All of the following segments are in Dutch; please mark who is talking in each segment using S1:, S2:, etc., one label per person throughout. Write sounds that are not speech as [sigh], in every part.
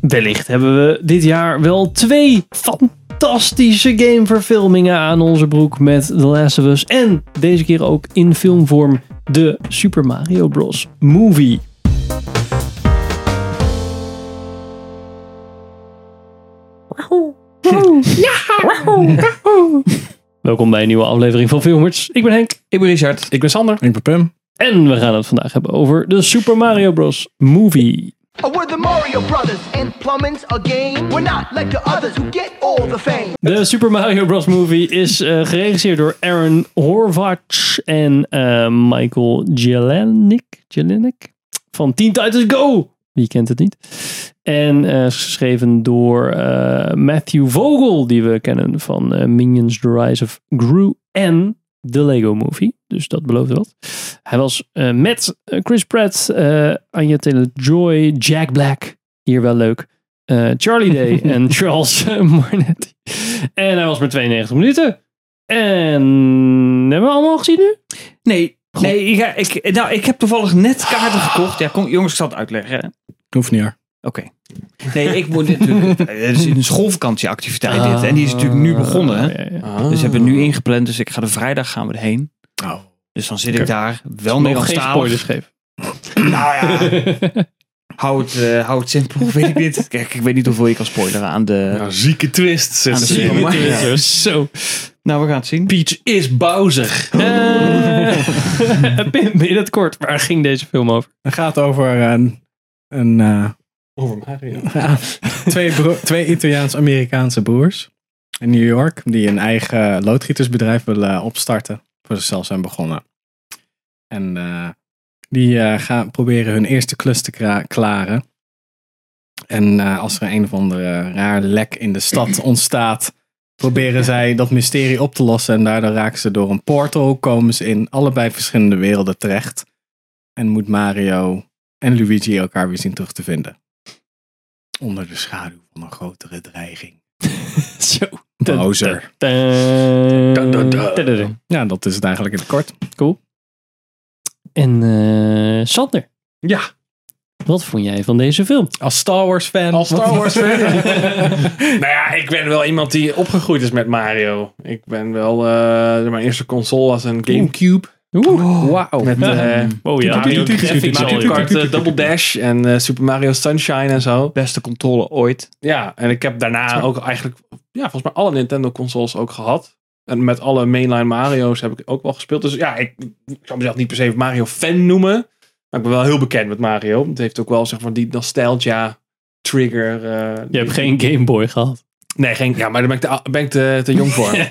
S1: Wellicht hebben we dit jaar wel twee fantastische gameverfilmingen aan onze broek met The Last of Us. En deze keer ook in filmvorm de Super Mario Bros. Movie. [laughs] Welkom bij een nieuwe aflevering van Filmers. Ik ben Henk.
S2: Ik ben Richard.
S3: Ik ben Sander.
S2: Ik ben Pum.
S1: En we gaan het vandaag hebben over de Super Mario Bros. Movie.
S4: Oh, We're the Mario Brothers and plumbing's a game. We're not like the others who get all the fame.
S1: De Super Mario Bros. Movie is eh, geregisseerd door Aaron Horvath en eh, Michael Jelenic, Jelenic van Teen Titans Go. Wie kent het niet? En eh, is geschreven door eh, Matthew Vogel, die we kennen van eh, Minions The Rise of Gru en The Lego Movie. Dus dat belooft wat. Hij was eh, met eh, Chris Pratt, eh Anya Taylor-Joy, Jack Black, hier wel leuk, eh, Charlie Day en Charles [laughs] Marnetti. En hij was maar 92 minuten. En hebben we allemaal gezien nu?
S2: Nee.
S1: nee,
S2: Nee, ja, ik, nou, ik heb toevallig net kaarten gekocht. Ja, kom, jongens, ik zal het uitleggen. hè.
S3: Hoeft niet hoor.
S2: Oké. Nee, ik moet [laughs] natuurlijk... Het is een schoolvakantieactiviteit dit. En die is natuurlijk nu begonnen. Hè?
S1: Eh, Ja, Ah. ja, ja.
S2: Dus hebben we nu ingepland. Dus ik ga de vrijdag gaan we erheen.
S3: Nou.
S2: Dus dan zit ik daar. Wel
S1: Nog geen spoilers
S2: Nederlandstalig. [laughs]
S1: geven.
S2: Nou ja, hou het, eh, hou het simpel. Weet ik dit. Kijk, ik weet niet hoeveel je kan spoileren aan de...
S3: zieke twist.
S2: Aan
S3: Zet
S2: de
S3: ze
S2: film.
S1: [laughs]
S3: in.
S2: maar-
S1: Zo, Zo.
S2: Nou, we gaan het zien.
S3: Peach is Bowser.
S1: Eh, [laughs] Pim, in het kort, waar ging deze film
S5: [laughs]
S1: over?
S5: Het gaat over een, een, eh,
S3: Over
S5: [laughs]
S3: Mario.
S5: twee, bro- twee Italiaans-Amerikaanse broers in New York. Die een eigen loodgietersbedrijf willen opstarten. Voor zichzelf zijn begonnen. En eh, die eh, gaan proberen hun eerste klus te kra- klaren. En eh, als er een of andere raar lek in de
S3: [clears throat]
S5: stad ontstaat, proberen zij dat mysterie op te lossen. En daardoor raken ze door een portal, komen ze in allebei verschillende werelden terecht. En moet Mario en Luigi elkaar weer zien terug te vinden. Onder de schaduw van een grotere dreiging.
S1: Zo.
S5: Bowser.
S3: Dun, dun, dun.
S1: Tadadadun.
S5: Ja, dat is het eigenlijk in het kort.
S1: En eh Sander,
S3: Ja.
S1: wat vond jij van deze film?
S5: Als Star Wars fan.
S3: Als Star Wars
S5: [laughs]
S3: fan. nou ja, ik ben wel iemand die opgegroeid is met Mario. Ik ben wel... eh, mijn eerste console was een Gamecube.
S5: Wauw.
S3: Met eh,
S1: Oh ja,
S3: Mario
S1: die graphics al,
S3: Mario
S1: joh.
S3: Kart eh, Double Dash en eh, Super Mario Sunshine en zo.
S2: Beste controle ooit.
S3: Ja, en ik heb daarna ook eigenlijk, ja, volgens mij alle Nintendo consoles ook gehad. En met alle mainline Mario's heb ik ook wel gespeeld. Dus ja, ik, ik zou mezelf niet per se Mario fan noemen. Maar ik ben wel heel bekend met Mario. Het heeft ook wel zeg maar die nostalgia trigger. eh,
S1: Je hebt geen Game Boy gehad.
S3: Nee, geen. Ja, maar daar ben ik te, ou- ben ik te, te jong voor.
S1: [laughs]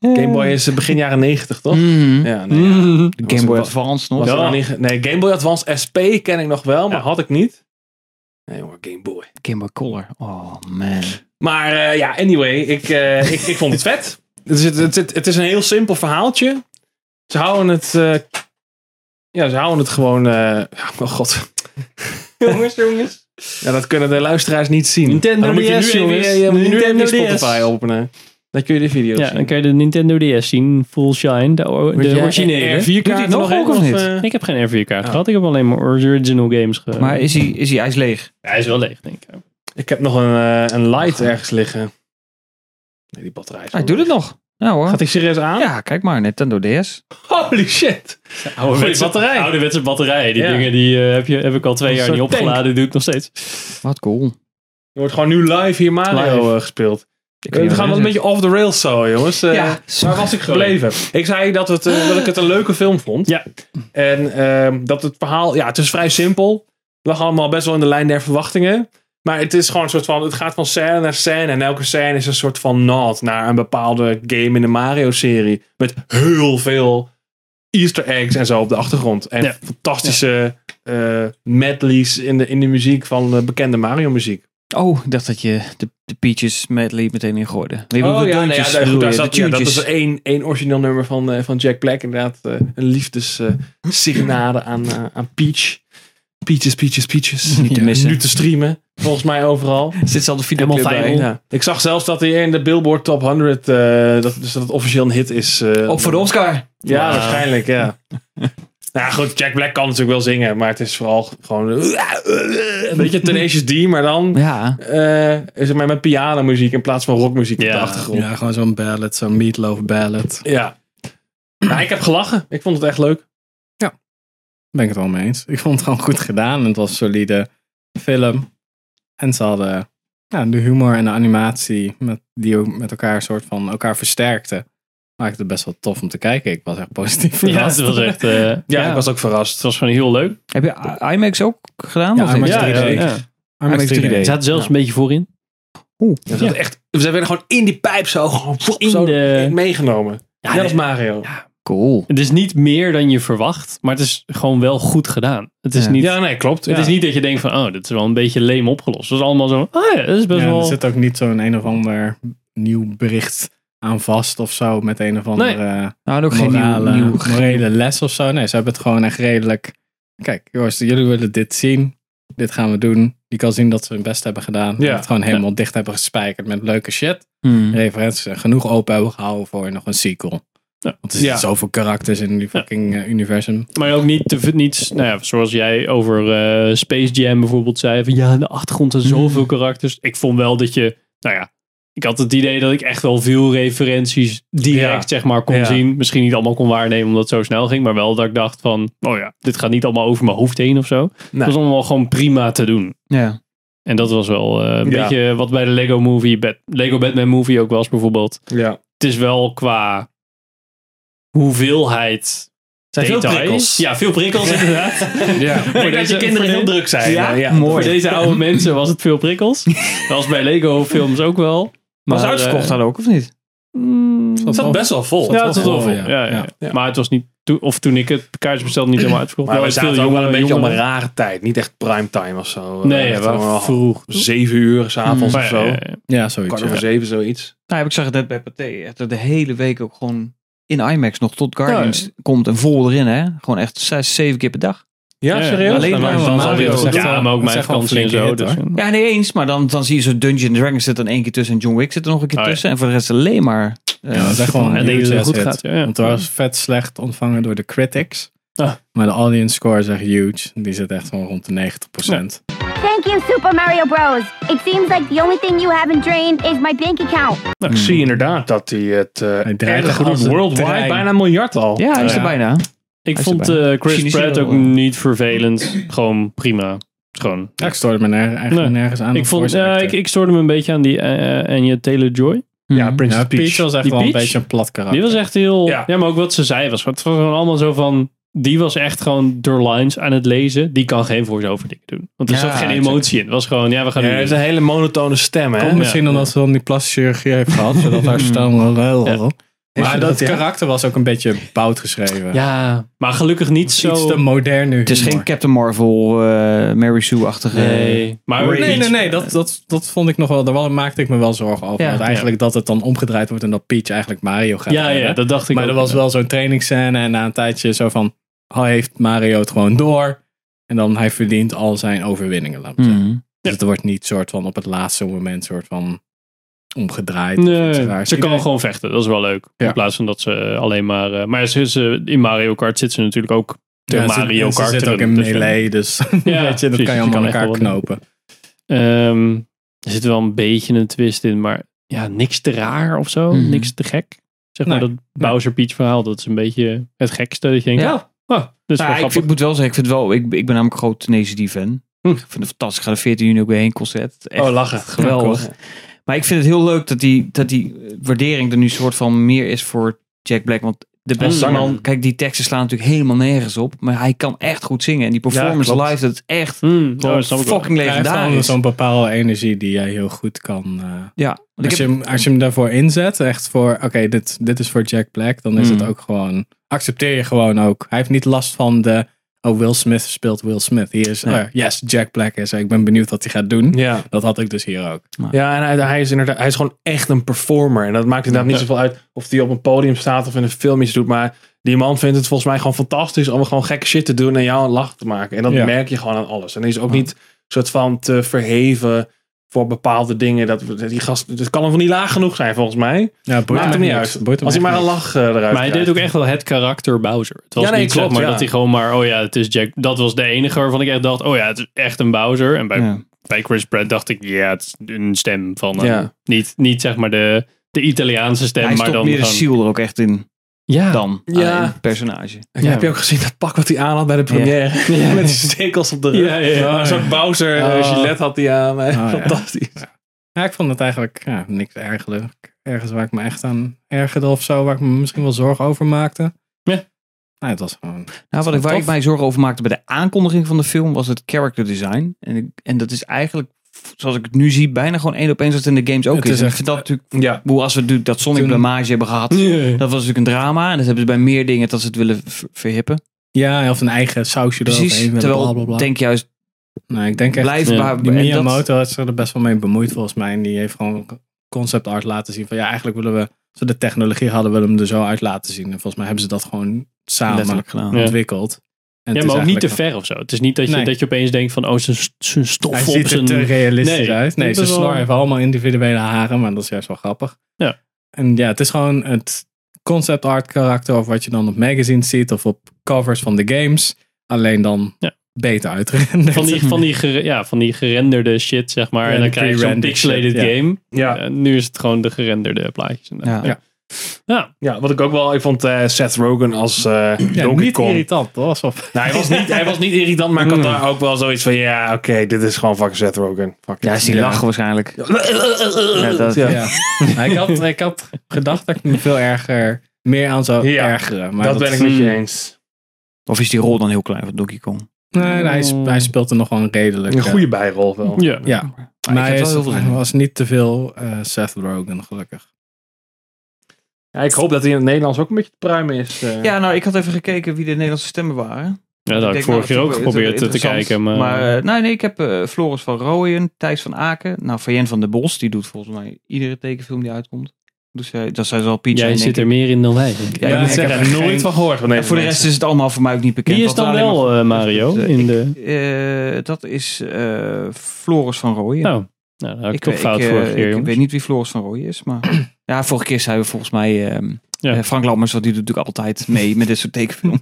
S3: Game Boy is eh, begin jaren 90 toch?
S2: Mm.
S3: Ja, nee.
S1: Mm.
S3: Was
S2: Game Boy
S3: het-
S2: Advance nog.
S3: Was er
S1: Ja.
S3: nog niet ge- nee, Game Boy Advance SP ken ik nog wel, maar had ik niet. Nee, jongen, Game Boy.
S2: Game Boy Color. Oh, man.
S3: Maar eh, ja, anyway, ik, eh, ik, ik vond het vet. [laughs] Het is, het, het, het is een heel simpel verhaaltje. Ze houden het. eh, ja, ze houden het gewoon. eh, ja, oh god.
S1: jongens, jongens.
S3: Ja, dat kunnen de luisteraars niet zien.
S1: Nintendo
S3: Maar dan moet je
S1: DS,
S3: nu even
S1: jongens.
S3: je- je moet nu even
S1: Nintendo
S3: je Spotify
S1: DS.
S3: openen. Dan kun je de video's
S1: Ja,
S3: zien.
S1: dan kan je de Nintendo DS zien, full shine, de, o-
S2: Weet
S1: de
S2: jij
S1: originele.
S3: R4
S2: Doet hij
S3: kaarten
S2: het nog
S3: nog
S2: ook
S3: in,
S2: of niet?
S3: eh?
S1: Ik heb geen R4 kaart gehad, ik heb alleen maar original games ge...
S2: Oh. Maar is hij, is hij, hij is leeg.
S1: hij is wel leeg, denk ik.
S3: ik heb nog een, eh, een light ergens liggen. Nee, die batterij is
S2: Hij
S3: wel-
S2: doet het nog. Nou hoor.
S3: Gaat hij serieus aan?
S2: Ja, kijk maar. Nintendo DS.
S3: Holy shit. Goeie batterij.
S1: Ouderwetse batterij. Die
S3: Ja.
S1: dingen die, eh, heb, je, heb ik al twee
S3: Een
S1: jaar
S3: soort
S1: niet opgeladen. Doe ik nog steeds.
S2: Wat cool.
S3: Er wordt gewoon nu live hier Mario
S1: Live.
S3: eh, gespeeld. Eh,
S2: Ik
S3: We gaan wel een beetje off the rails zo, jongens. Eh,
S2: Ja,
S3: waar was ik gebleven? Ik zei dat, het, eh, dat ik het een leuke film vond.
S1: Ja.
S3: En ehm, dat het verhaal, ja, het is vrij simpel. Lag allemaal best wel in de lijn der verwachtingen. Maar het is gewoon een soort van, het gaat van scène naar scène. En elke scène is een soort van nod naar een bepaalde game in de Mario-serie. Met heel veel easter eggs en zo op de achtergrond. En
S1: Ja.
S3: fantastische eh medleys in de, in de muziek van eh, bekende Mario-muziek.
S2: Oh, ik dacht dat je de, de Peaches medley meteen in gooide. Nee,
S3: Oh
S2: de
S3: ja, nee, ja,
S2: deuntjes
S3: daar,
S2: bedoel
S3: goed, daar
S2: je,
S3: zat,
S2: de
S3: ja, dat
S2: tunes.
S3: is één, één origineel nummer van, eh, van Jack Black. Inderdaad, eh, een liefdessignade aan, eh, aan Peach. Peaches, peaches, peaches.
S2: Niet te
S3: Ja,
S2: missen.
S3: Nu te streamen, volgens mij overal. [laughs]
S2: Zit zal de video
S1: Helemaal
S2: bij.
S1: fijn, hoor.
S2: [laughs] Ja.
S3: Ja. Ik zag zelfs dat hij in de Billboard Top 100, eh, dat, dus dat het officieel een hit is. eh,
S2: Ook voor de Oscar.
S3: Ja,
S1: Wauw.
S2: [laughs]
S3: waarschijnlijk, ja. Nou ja, goed, Jack Black kan natuurlijk wel zingen, maar het is vooral gewoon eh, een beetje Tenacious D, maar dan
S2: Ja.
S3: eh, is het maar met pianomuziek in plaats van rockmuziek op
S1: Ja.
S3: de achtergrond. Ja.
S5: Ja, gewoon zo'n ballad, zo'n meatloaf ballad.
S3: Maar ik heb gelachen. Ik vond het echt leuk.
S5: Ben ik het wel mee eens. Ik vond het gewoon goed gedaan. Het was een solide film. En ze hadden ja, de humor en de animatie met, die ook met elkaar soort van elkaar versterkte. Maakte het best wel tof om te kijken. Ik was echt positief
S1: Ja,
S5: verrast.
S1: het was echt... eh, ja,
S3: Ja, ik
S1: Het
S3: was ook verrast.
S1: was gewoon heel leuk.
S2: Heb je I- IMAX ook gedaan?
S5: Ja,
S2: Of-
S5: IMAX
S1: Ja, ja,
S5: 3D.
S1: ja.
S5: IMAX 3D.
S1: Ze zaten zelfs een beetje voorin.
S3: We zaten echt, we werden gewoon in die pijp Oh, zo, [laughs] gewoon plop,
S1: In
S3: zo
S1: de-
S3: meegenomen.
S1: Ja,
S3: Net
S1: nee.
S3: als Mario. Ja,
S2: Cool.
S1: Het is niet meer dan je verwacht, maar het is gewoon wel goed gedaan. Het is,
S2: Ja.
S1: niet,
S3: nee, klopt.
S1: het
S3: ja.
S1: is niet dat je denkt van, oh, dit is wel een beetje leem opgelost. Het is allemaal zo, ah ja, dat is best
S5: Ja,
S1: wel...
S5: er zit ook niet zo'n een of ander nieuw bericht aan vast of zo. Met een of andere
S2: Nou, ook
S5: eh,
S2: geen nieuw,
S5: morale,
S2: nieuw
S5: morele les of zo. Nee, ze hebben het gewoon echt redelijk... Kijk, jongens, jullie willen dit zien. Dit gaan we doen. Je kan zien dat ze hun best hebben gedaan.
S3: Ja.
S5: En het gewoon helemaal dicht hebben gespijkerd met leuke shit.
S2: Hmm.
S5: Referenties en genoeg open hebben gehouden voor nog een sequel.
S1: Ja.
S5: Want er zitten
S3: Ja.
S5: zoveel karakters in die fucking eh, universum.
S1: Maar ook niet, te, veel- niet nou ja, zoals jij over eh, Space Jam bijvoorbeeld zei. Van ja, in de achtergrond
S3: Mm.
S1: zijn zoveel karakters. Ik vond wel dat je, nou ja, ik had het idee dat ik echt wel veel referenties direct, zeg maar, kon
S3: Ja.
S1: zien. Misschien niet allemaal kon waarnemen omdat het zo snel ging. Maar wel dat ik dacht van, oh ja, dit gaat niet allemaal over mijn hoofd heen of zo. Het was allemaal gewoon prima te doen.
S2: Ja.
S1: En dat was wel eh, een
S3: Ja.
S1: beetje wat bij de Lego Movie, Bat- Lego Batman Movie ook was bijvoorbeeld.
S3: Ja.
S1: Het is wel qua hoeveelheid
S2: Zijn veel
S1: details.
S2: prikkels.
S1: Ja, veel
S3: [laughs]
S1: prikkels [laughs] inderdaad.
S5: Ja.
S1: Voor
S3: dat
S1: deze-
S3: je kinderen
S1: voor
S3: heel
S1: de-
S3: druk zijn.
S2: Ja?
S1: Voor
S2: Mooi.
S1: deze oude mensen was het veel prikkels. Dat was bij Lego films ook wel. Maar,
S2: was uitverkocht
S1: eh,
S2: dan ook, of niet?
S1: mm,
S3: Oh. Het zat best wel vol.
S1: ja, het was wel
S5: Oh,
S1: vol.
S5: ja.
S1: Ja, ja.
S5: Ja.
S3: Ja.
S1: Maar het was niet, toe- of toen ik het kaartje bestelde, niet helemaal uitverkocht.
S3: Maar we
S1: Wel
S3: zaten
S1: veel
S3: ook wel een
S1: jongeren-
S3: beetje op een
S1: jongeren.
S3: rare tijd. Niet echt primetime of zo.
S1: Nee, ja,
S3: Echt
S1: wel
S3: allemaal
S1: vroeg.
S3: Zeven uur s'avonds
S1: Maar eh,
S3: of
S1: ja,
S3: zo.
S1: ja, ja.
S5: Ja, zoiets.
S3: Kwart
S5: ja.
S3: over zeven, zoiets.
S2: Nou, ik zag het net bij Pathé. Echt de hele week ook gewoon in IMAX nog tot Guardians
S1: Ja.
S2: komt en vol erin, hè? Gewoon echt zes, zeven keer per dag.
S3: Ja,
S1: Ja,
S3: serieus? Nou,
S2: alleen
S3: Dan
S2: maar
S3: was het
S2: van
S3: dan
S2: Mario.
S3: weer
S2: Dat
S3: goed.
S2: is
S1: Ja, maar ook
S5: dat is
S1: mijn
S5: echt wel een
S1: vakantie en zo.
S5: flinke hit,
S1: dus-
S2: Ja, nee eens. Maar dan, dan zie je zo Dungeon Dragons zit dan één keer tussen en John Wick zit er nog een keer
S1: Oh, ja.
S2: tussen. En voor de rest alleen maar... eh,
S5: Ja, dat is echt gewoon
S1: En
S5: een
S1: dat
S5: huge
S1: het
S5: hit.
S1: goed gaat. ja, ja.
S5: Want het was vet slecht ontvangen door de critics.
S1: Ah.
S5: Maar de audience score is echt huge. Die zit echt gewoon rond de 90%.
S6: Thank you, Super Mario Bros. It seems like the only thing you haven't drained is my bank account.
S3: Nou, ik zie inderdaad dat hij het eh,
S5: draait
S3: erg
S5: echt
S3: goed
S5: als een
S3: worldwide
S5: trein.
S3: bijna een miljard al.
S2: ja,
S1: Oh,
S2: hij is er
S5: Ja.
S2: bijna.
S1: Ik
S2: Hij is
S1: vond
S2: erbij.
S1: eh, Chris
S2: Cynisch
S1: Pratt
S2: wel,
S1: ook
S2: hoor.
S1: niet
S2: [clears throat]
S1: vervelend. Gewoon prima. Gewoon.
S5: Ja, ik stoorde me ner- eigenlijk
S1: Nee.
S5: nergens aan.
S1: Ik,
S5: de
S1: vond,
S5: voice
S1: ja,
S5: actor.
S1: ik, ik stoorde me een beetje aan die eh, Anya Taylor-Joy.
S3: Ja,
S2: Mhm.
S3: Princess
S5: Ja, Peach,
S3: Peach.
S5: was echt
S1: Die
S5: wel een
S1: Peach?
S5: beetje een plat
S2: Ah,
S5: karakter.
S1: Die was echt heel...
S3: Ja.
S1: Ja. maar ook wat ze zei was... Het was gewoon allemaal zo van... Die was echt gewoon door lines aan het lezen. Die kan geen voice-over dingen doen. Want er
S2: Ja,
S1: zat geen emotie in. Het was gewoon... Ja, we gaan
S3: Ja,
S1: nu...
S3: hij heeft een hele monotone stem, hè?
S5: Komt misschien omdat ze dan die plastische chirurgie heeft [laughs] gehad. zodat haar stem wel heel
S1: Ja.
S5: Maar dat
S3: dat, ja?
S5: karakter was ook een beetje bout geschreven.
S1: Ja, maar gelukkig niet zo...
S5: Iets te modern nu.
S2: Het is geen Captain Marvel, eh Mary Sue-achtige...
S1: Nee, maar
S5: Nee, nee,
S1: iets-
S5: nee, dat, dat, dat vond ik nog wel. Daar maakte ik me wel zorgen over.
S2: Ja.
S5: Want eigenlijk dat het dan omgedraaid wordt en dat Peach eigenlijk Mario gaat
S1: Ja,
S5: redden.
S1: ja, dat dacht ik
S5: maar
S1: ook.
S5: er was wel zo'n trainingsscène en na een tijdje zo van, oh, heeft Mario het gewoon door? En dan hij verdient al zijn overwinningen. Laat
S1: Hmm.
S5: maar zeggen.
S2: Mhm.
S5: Dus het wordt niet soort van op het laatste moment soort van omgedraaid. of iets
S1: Nee,
S5: raars.
S1: ze kan
S5: Iedereen-
S1: gewoon vechten. Dat is wel leuk.
S5: Ja.
S1: In plaats van dat ze alleen maar... eh, maar ze, ze- in Mario Kart zit ze natuurlijk ook te
S5: Ja, ze-
S1: Mario
S5: ze
S1: Kart.
S5: zit ook in
S1: erin. Dus, eh,
S5: melee, dus [laughs]
S1: Ja,
S5: weet je, dat
S1: precies,
S5: kan je
S1: je
S5: allemaal
S1: kan
S5: aan
S1: echt wel
S5: elkaar
S1: wat doen.
S5: knopen.
S1: Ehm, er zit wel een beetje een twist in, maar ja, niks te raar of zo.
S2: Mhm.
S1: Niks te gek. Zeg maar
S5: Nee,
S1: dat Bowser Peach verhaal, dat is een beetje het gekste. Dat je denkt,
S2: Ja.
S1: ja. oh, dit is wel
S2: Nou, ik,
S1: grappig.
S2: vind- ik moet wel zeggen, ik, vind wel, ik, ik ben namelijk een groot Tennessee die fan.
S1: Hm.
S2: Ik vind het fantastisch. Ik ga de 14 juni ook weer heen concert. Echt
S3: Oh, lachen.
S2: geweldig. Maar ik vind het heel leuk dat die, dat die eh, waardering er nu soort van meer is voor Jack Black. Want de
S1: Als
S2: beste
S1: zanger.
S2: man, kijk, die teksten slaan natuurlijk helemaal nergens op. Maar hij kan echt goed zingen. En die performance
S3: klopt.
S2: live, dat is echt
S1: Hmm,
S2: Nou,
S1: oh, dat snap ik wel.
S2: fucking
S5: Hij heeft gewoon
S1: dus-
S2: legendarisch.
S5: zo'n bepaalde energie die jij heel goed kan... eh,
S2: Ja, dus want ik
S5: Als je,
S2: heb,
S5: hem, als je hem daarvoor inzet, echt voor, oké, dit, dit is voor Jack Black, dan is
S2: Mm.
S5: het ook gewoon, accepteer je gewoon ook. Hij heeft niet last van de, oh, Will Smith speelt Will Smith. Hier is,
S2: Nee.
S5: oh, yes, Jack Black is er. Ik ben benieuwd wat hij gaat doen.
S3: Ja.
S5: Dat had ik dus hier ook.
S3: Ja, en hij, hij is inderdaad, hij is gewoon echt een performer. En dat maakt inderdaad niet zoveel uit of hij op een podium staat of in een film iets doet. Maar die man vindt het volgens mij gewoon fantastisch om gewoon gekke shit te doen en jou een lach te maken. En dat
S5: Ja.
S3: merk je gewoon aan alles. En hij is ook niet soort van te verheven voor bepaalde dingen. Dat, we- die gast, het kan hem niet laag genoeg zijn, volgens mij.
S5: Ja, boeit
S3: Maakt
S5: hem
S3: hem niet
S5: niks.
S3: uit.
S5: Boeit hem
S3: Als hij
S5: echt
S3: maar een
S5: niks.
S3: lach eh, eruit
S1: Maar hij deed
S3: krijgt.
S1: ook echt wel het karakter Bowser. Het was
S3: Ja, nee,
S1: niet
S3: klopt,
S1: zeg maar
S3: ja.
S1: dat hij gewoon maar, oh ja, het is Jack. Dat was de enige waarvan ik echt dacht, oh ja, het is echt een Bowser. En bij,
S2: Ja.
S1: bij Chris Pratt dacht ik, ja, het is een stem van, eh,
S2: Ja.
S1: niet, niet zeg maar de, de Italiaanse stem,
S2: hij
S1: maar
S2: stopt
S1: dan
S2: meer de
S1: gewoon-
S2: ziel er ook echt in
S1: Ja,
S2: dan
S3: Ja.
S2: alleen het personage.
S3: Ja, Heb je ook gezien dat pak wat hij aan had bij de première? [laughs] Met die stekels op de rug.
S1: Ja, ja, ja.
S3: Een soort Bowser eh,
S5: Oh.
S3: gilet had hij aan. eh,
S5: ja.
S3: Fantastisch.
S5: Ja, ik vond het eigenlijk ja, niks ergerlijk. Ergens waar ik me echt aan ergerde of zo, waar ik me misschien wel zorgen over maakte.
S1: Ja.
S5: Nou, het was gewoon...
S2: Nou, wat ik, waar ik mij zorgen over maakte bij de aankondiging van de film was het character design. En, ik- en dat is eigenlijk, zoals ik het nu zie, bijna gewoon één op één zoals het in de games ook
S5: Het
S2: is.
S5: is
S2: En ik
S5: echt-
S2: vind dat natuurlijk,
S3: Ja.
S2: hoe als we natuurlijk dat Sonic
S5: Toen-
S2: blamage hebben gehad,
S1: Ja.
S2: dat was natuurlijk een drama. En dat hebben ze bij meer dingen dat ze het willen ver- verhippen.
S5: Ja, of een eigen sausje
S2: Precies,
S5: eroverheen. willen,
S2: terwijl
S5: bla, bla, bla.
S2: ik denk juist,
S5: nee, ik denk echt...
S2: blijf
S1: ja,
S2: waar-
S5: Die
S2: en dat-
S5: Miyamoto is er best wel mee bemoeid volgens mij. En die heeft gewoon concept art laten zien van ja, eigenlijk willen we, als we de technologie hadden, willen we hem er zo uit laten zien. En volgens mij hebben ze dat gewoon samen
S2: Letterlijk gedaan.
S1: Ja.
S5: ontwikkeld.
S1: ja,
S5: En het is
S1: maar ook niet te
S5: eigenlijk
S1: ver of zo. Het is niet dat je,
S5: Nee.
S1: dat je opeens denkt van, oh, zijn zijn stof
S5: wel- Hij
S1: op
S5: ziet er
S1: zijn...
S5: te realistisch
S1: Nee,
S5: uit. Nee,
S1: dat
S5: zijn
S1: is wel-
S5: snor heeft allemaal individuele haren, maar dat is juist wel grappig.
S1: Ja.
S5: En ja, het is gewoon het concept art karakter of wat je dan op magazines ziet of op covers van de games. Alleen dan
S1: Ja.
S5: beter uitgerenderd.
S1: Van die, van, die gere- ja, van die gerenderde shit, zeg maar.
S5: Ja,
S1: en dan
S5: die
S1: krijg je zo'n
S5: pre-rendered
S1: pixelated
S5: shit, ja.
S1: game.
S3: Ja.
S1: En nu is het gewoon de gerenderde plaatjes.
S2: Ja.
S1: ja. Ja.
S3: ja, wat ik ook wel... Ik vond eh, Seth Rogen als eh
S5: [laughs] ja,
S3: Donkey
S5: niet
S3: Kong...
S5: irritant, dat was wel
S3: Nou, hij was, niet, hij was niet irritant, maar ik had daar ook wel zoiets van... Ja, oké, dit is gewoon fucking Seth Rogen. Fuck
S2: Ja, is die
S5: Ja.
S2: lachen waarschijnlijk. Ja, dat,
S3: Ja.
S5: Ja. [laughs] Maar ik, had, ik had gedacht dat ik me veel erger, meer aan zou
S3: Ja,
S5: ergeren. Maar
S3: dat, ben ik met
S2: Hmm.
S3: je eens.
S2: Of is die rol dan heel klein van Donkey Kong?
S5: Nee, nee, hij, sp- hij speelt er nog wel een redelijk.
S3: Een
S5: eh,
S3: goede bijrol wel.
S1: ja.
S5: Ja,
S2: Maar
S5: maar
S2: ik
S5: hij,
S2: heb
S5: is-
S2: wel heel veel
S5: hij
S2: zin in.
S5: was niet te veel eh, Seth Rogen, gelukkig.
S3: Ja, ik hoop dat hij in het Nederlands ook een beetje te pruimen is. eh.
S2: Ja, nou, ik had even gekeken wie de Nederlandse stemmen waren.
S1: Ja, dat had ik
S2: denk, nou,
S1: vorige keer ook
S2: dat is wel
S1: geprobeerd te, te
S2: interessant.
S1: kijken. Maar,
S2: eh, nee, nee, ik heb eh, Floris van Rooyen, Thijs van Aken. Nou, Fayen van der Bos, die doet volgens mij iedere tekenfilm die uitkomt. Dus zij, dat zij zal Peach
S1: jij
S2: zijn,
S1: zit
S2: denk
S1: er
S2: ik.
S1: meer in dan wij. denk ik.
S2: Ja, ik moet
S3: ik heb
S2: zeggen,
S3: er nooit
S2: geen-
S3: van gehoord. Van
S2: En
S3: deze
S2: voor de rest
S3: mensen.
S2: is het allemaal voor mij ook niet bekend.
S1: Wie is
S2: want
S1: dan
S2: alleen maar-
S1: wel eh, Mario?
S2: Dus, eh,
S1: in
S2: ik-
S1: de...
S2: eh, dat is eh, Floris van Rooyen.
S1: Nou, nou, dat had ik, toch
S2: weet-
S1: fout
S2: eh,
S1: vorige keer,
S2: ik
S1: jongens.
S2: weet niet wie Floris van Rooyen is, maar...
S1: [clears throat]
S2: ja, vorige keer zeiden we volgens mij... ehm,
S1: Ja.
S2: eh, Frank Lammers, want die doet natuurlijk altijd mee met dit soort
S1: [laughs]
S2: tekenfilms.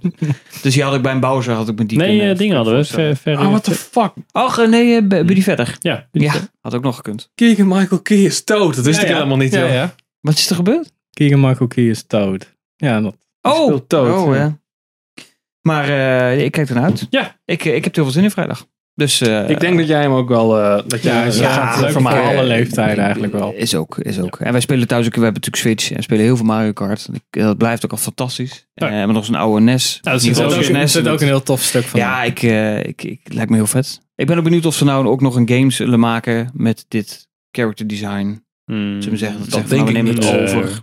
S2: dus die had ik bij een Bowser, had ik met die
S1: nee,
S2: kunnen-
S1: eh, dingen hadden we.
S2: voorstellen.
S1: Ver, ver, Hm.
S3: Ah, what the fuck?
S2: Ach, eh, nee, eh, Bu- Buddy verder.
S1: ja,
S2: Ja, had ook nog gekund.
S3: Keegan Michael Key is dood. Dat wist ik helemaal niet.
S5: Ja,
S3: joh.
S5: ja.
S2: Wat is er gebeurd?
S5: Keegan-Michael Key is dood. Ja, dat,
S2: Oh,
S3: speelt dood,
S2: oh
S3: ja.
S2: ja. Maar eh, ik kijk ernaar uit.
S1: Ja.
S2: Ik, eh, ik heb er heel veel zin in vrijdag. Dus, eh,
S3: Ik denk dat jij hem ook wel... eh, dat jij
S5: ja,
S3: hem
S5: ja,
S3: gaat, eh,
S5: gaat leuk voor
S3: vermaken.
S5: alle leeftijden eigenlijk wel.
S2: Is ook, is ook. En wij spelen thuis ook, we hebben natuurlijk Switch en we spelen heel veel Mario Kart. Ik- Dat blijft ook al fantastisch. En
S1: Ja.
S2: we hebben nog zo'n oude E NES.
S1: Ja, dat
S2: Die
S1: zit
S5: Er
S1: ook
S2: roze
S1: in-
S5: zit ook, er zit ook een heel tof stuk van.
S2: E Ja, ik, eh, ik, ik lijkt me heel vet. Ik ben ook benieuwd of ze nou ook nog een game zullen maken met dit character design.
S3: Hmm.
S2: Zullen we zeggen, dat,
S3: dat
S2: zeggen van,
S3: denk
S2: nou, we
S3: ik
S2: nemen
S1: niet.
S2: het
S1: Nee.
S2: over.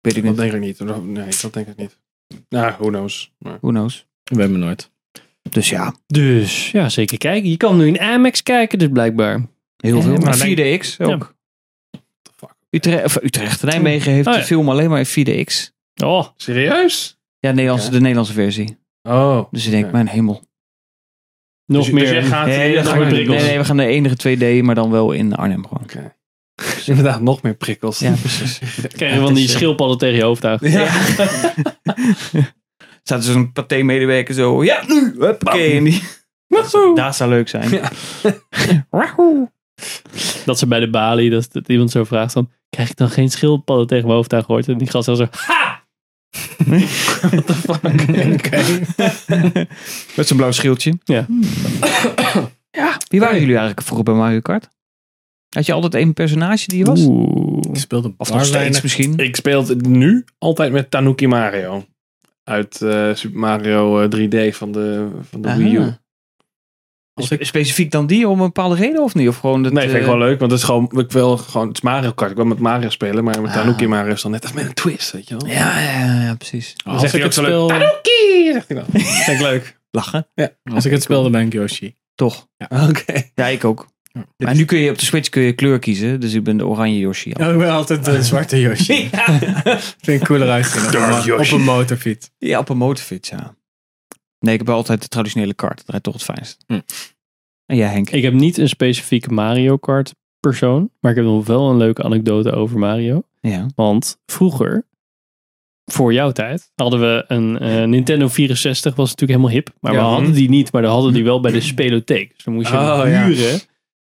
S2: Weet ik
S3: Dat
S2: niet.
S3: denk ik niet. Nee, dat denk ik niet. Nou, who knows. Maar-
S2: Who knows.
S5: We hebben nooit.
S2: Dus ja,
S1: Dus, ja, zeker kijken. Je kan nu in Amex kijken, dus blijkbaar.
S2: heel veel.
S1: Ja,
S2: maar
S1: maar denk-
S2: 4DX ook. Utrecht, of Utrecht, Nijmegen heeft
S1: Oh, ja.
S2: de film alleen maar in 4DX.
S1: Oh,
S3: Serieus?
S2: Ja, Nederlandse,
S3: Ja.
S2: de Nederlandse versie.
S3: Oh.
S2: Dus ik denk,
S3: Ja.
S2: mijn hemel.
S1: nog
S3: Dus- dus
S1: meer.
S3: jij gaat-
S2: Nee,
S3: je
S2: we
S3: hebt
S2: gaan,
S3: nog meer
S2: nee,
S3: prikkels.
S2: nee, we gaan de enige 2D, maar dan wel in Arnhem gewoon.
S3: Dus inderdaad, nog meer prikkels.
S2: Ja, precies.
S1: krijg je van die schildpadden tegen je hoofd aan.
S2: [laughs] eh, Ja. [laughs] Staat zo'n paté-medewerker zo, ja, nu! Huppakee. En die, [laughs] dat zou leuk zijn. [laughs]
S3: Ja.
S1: Dat ze bij de balie, dat, dat iemand zo vraagt van... Krijg ik dan geen schildpadden tegen mijn hoofd aan gehoord? En die gast dan zo...
S2: [laughs] Met zo'n blauw schildje.
S1: Ja.
S2: [coughs] ja. Wie waren jullie eigenlijk vroeger bij Mario Kart? Had je altijd één personage die je was?
S1: Oeh.
S5: Ik speelde
S2: Of nog steeds misschien?
S3: Ik speel het nu altijd met Tanuki Mario. Uit eh, Super Mario eh, 3D van de, van de
S2: Ah.
S3: Wii U. Nee,
S2: Dus Spe- Specifiek dan die om een bepaalde reden of niet? Of gewoon dat,
S3: vind ik
S2: eh,
S3: gewoon leuk. Want het is gewoon, ik wil gewoon, het is Mario Kart. Ik wil met Mario spelen, maar met
S2: Ah.
S3: Tanuki Mario is dan net als met een twist, weet je wel.
S2: Ja, ja, ja, precies.
S3: Dan
S5: Als
S3: zegt
S5: ik
S3: hij ook
S5: het
S3: zo leuk,
S5: speel,
S3: Tanuki! Zegt hij
S2: [laughs]
S3: dan. Dat vind ik leuk.
S2: Lachen.
S5: als ik het speelde ben ik Yoshi.
S2: Toch?
S3: Oké.
S2: Ja, ik ook.
S5: Ja.
S2: Maar nu kun je op de Switch kun je kleur kiezen. Dus ik ben de oranje Yoshi.
S3: [laughs]
S5: Ja, ik ben altijd de zwarte Yoshi. [laughs] Vind ik cooler uitzien op,
S3: eh, Dark
S5: een mo- op
S3: Yoshi.
S5: een motorfiets.
S2: Ja, op een motorfiets, ja. Nee, ik heb wel altijd de traditionele kart. Dat rijdt toch het fijnst.
S5: Hm.
S2: En jij, Henk?
S1: Ik heb niet een specifieke Mario Kart persoon. Maar ik heb nog wel een leuke anekdote over Mario.
S2: Ja.
S1: Want vroeger, voor jouw tijd, hadden we een eh, Nintendo 64. Was natuurlijk helemaal hip. Maar
S3: Ja.
S1: we hadden die niet. Maar we hadden die wel bij de spelotheek. Dus dan moest je hem
S3: Oh, ja.
S1: huren.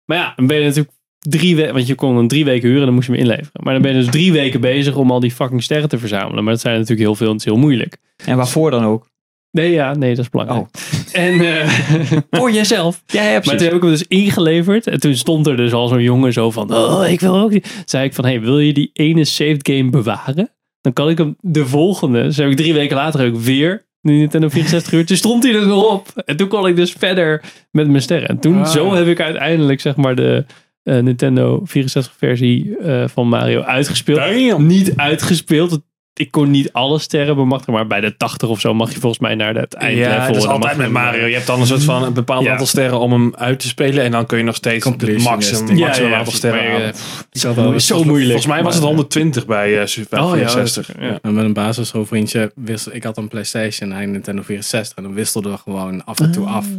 S1: Maar ja, dan ben je natuurlijk drie weken... Want je kon hem drie weken huren dan moest je hem inleveren. Maar dan ben je dus drie weken bezig om al die fucking sterren te verzamelen. Maar dat zijn er natuurlijk heel veel en het is heel moeilijk.
S2: En waarvoor dan ook?
S1: Nee, ja, nee, dat is belangrijk.
S2: Oh.
S1: En eh, [laughs] voor jezelf.
S2: Ja, ja,
S1: Maar toen heb ik hem dus ingeleverd. En toen stond er dus al zo'n jongen zo van... Oh, ik wil ook die. Toen zei ik van... Hey, wil je die ene saved game bewaren? Dan kan ik hem de volgende... Dus heb ik drie weken later heb ik weer... de Nintendo 64 uur. Toen stond hij er nog op. En toen kon ik dus verder met mijn sterren. En toen,
S5: Ah.
S1: zo heb ik uiteindelijk zeg maar de eh, Nintendo 64 versie eh, van Mario uitgespeeld.
S3: Damn.
S1: Niet uitgespeeld. want Ik kon niet alle sterren bemachtigen. Maar bij de 80 of zo mag je volgens mij naar het eindlevel.
S3: Ja, dat
S1: En
S3: is
S1: dan mag
S3: altijd
S1: eh, je
S3: met
S1: hem-
S3: Mario. Je hebt dan een soort van een bepaald
S1: Ja.
S3: aantal sterren om hem uit te spelen. En dan kun je nog steeds het maximum,
S5: Completionist.
S3: maximum
S1: Ja, ja,
S3: aantal
S1: precies.
S3: sterren
S1: Maar, eh,
S3: halen.
S5: Zo
S1: zo moeilijk.
S3: eh, Volgens mij was het
S1: Maar, [laughs]
S3: 120 bij eh Super
S1: Oh, ja,
S3: 64.
S1: dat is- ja.
S3: Ja.
S5: En met een basisschoolvriendje wissel ik had een PlayStation en hij een Nintendo 64 en dan wisselden we gewoon af en toe af.
S1: Ah.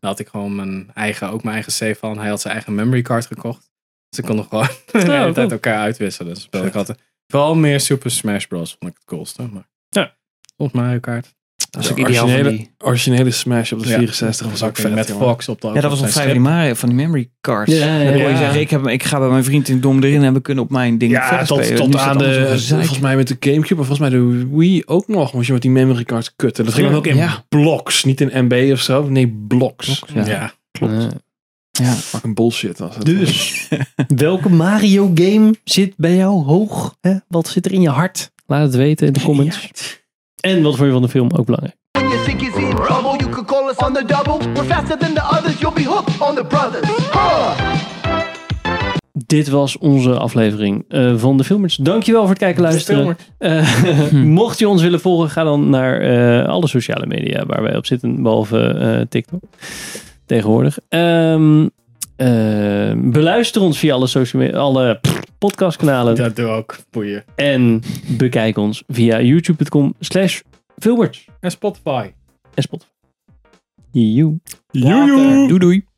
S5: Dan had ik gewoon mijn eigen, ook mijn eigen save van. Hij had zijn eigen memory card gekocht. Dus ik kon nog gewoon [laughs] de hele
S1: Oh, cool.
S5: tijd elkaar uitwisselen. Dus speelde ik altijd vooral meer Super Smash Bros. vond ik het coolste. Maar
S1: Ja.
S5: Of Mario Kart.
S2: dat
S3: de originele- originele Smash op de
S5: Ja.
S3: 64 was ook vet.
S5: met
S3: jongen.
S5: Fox op de
S2: Ja, dat was op 15 maart van die memory cards.
S1: Ja, ja,
S2: En dan kon je
S3: ja.
S2: zeggen, ik, heb, ik ga bij mijn vriend in Dom erin en we kunnen op mijn ding
S3: Ja,
S2: verder
S3: tot,
S2: spelen.
S3: tot
S2: Nu is dat
S3: aan
S2: allemaal zo'n
S3: de.
S2: gezeik.
S3: Volgens mij met de Gamecube, maar volgens mij de Wii ook nog. Moest je met die memory cards kutten. Dat ging dan ook in
S2: Ja.
S3: blocks, niet in MB of zo. Nee, blocks.
S2: Ja.
S5: Ja.
S2: Ja.
S3: Fucking bullshit was het.
S1: Dus, welke Mario game zit bij jou hoog? Hè? Wat zit er in je hart? Laat het weten in de comments. En wat vond je van de film ook belangrijk?
S4: When you think is in trouble, you could call us on the double. We're faster than the others, you'll be hooked on the brothers. Huh.
S1: Dit was onze aflevering eh, van de Filmers. Dankjewel voor het kijken en luisteren. Eh, [laughs] mocht je ons willen volgen, ga dan naar eh, alle sociale media waar wij op zitten, behalve eh, TikTok tegenwoordig. Ehm, eh, beluister ons via alle, social me- alle pff, podcastkanalen.
S5: Dat doe ik ook. Boeien.
S1: En bekijk ons via youtube.com slash filberts
S5: En Spotify.
S1: en Spotify. Joe.
S3: Joejoe.
S2: Doei doei.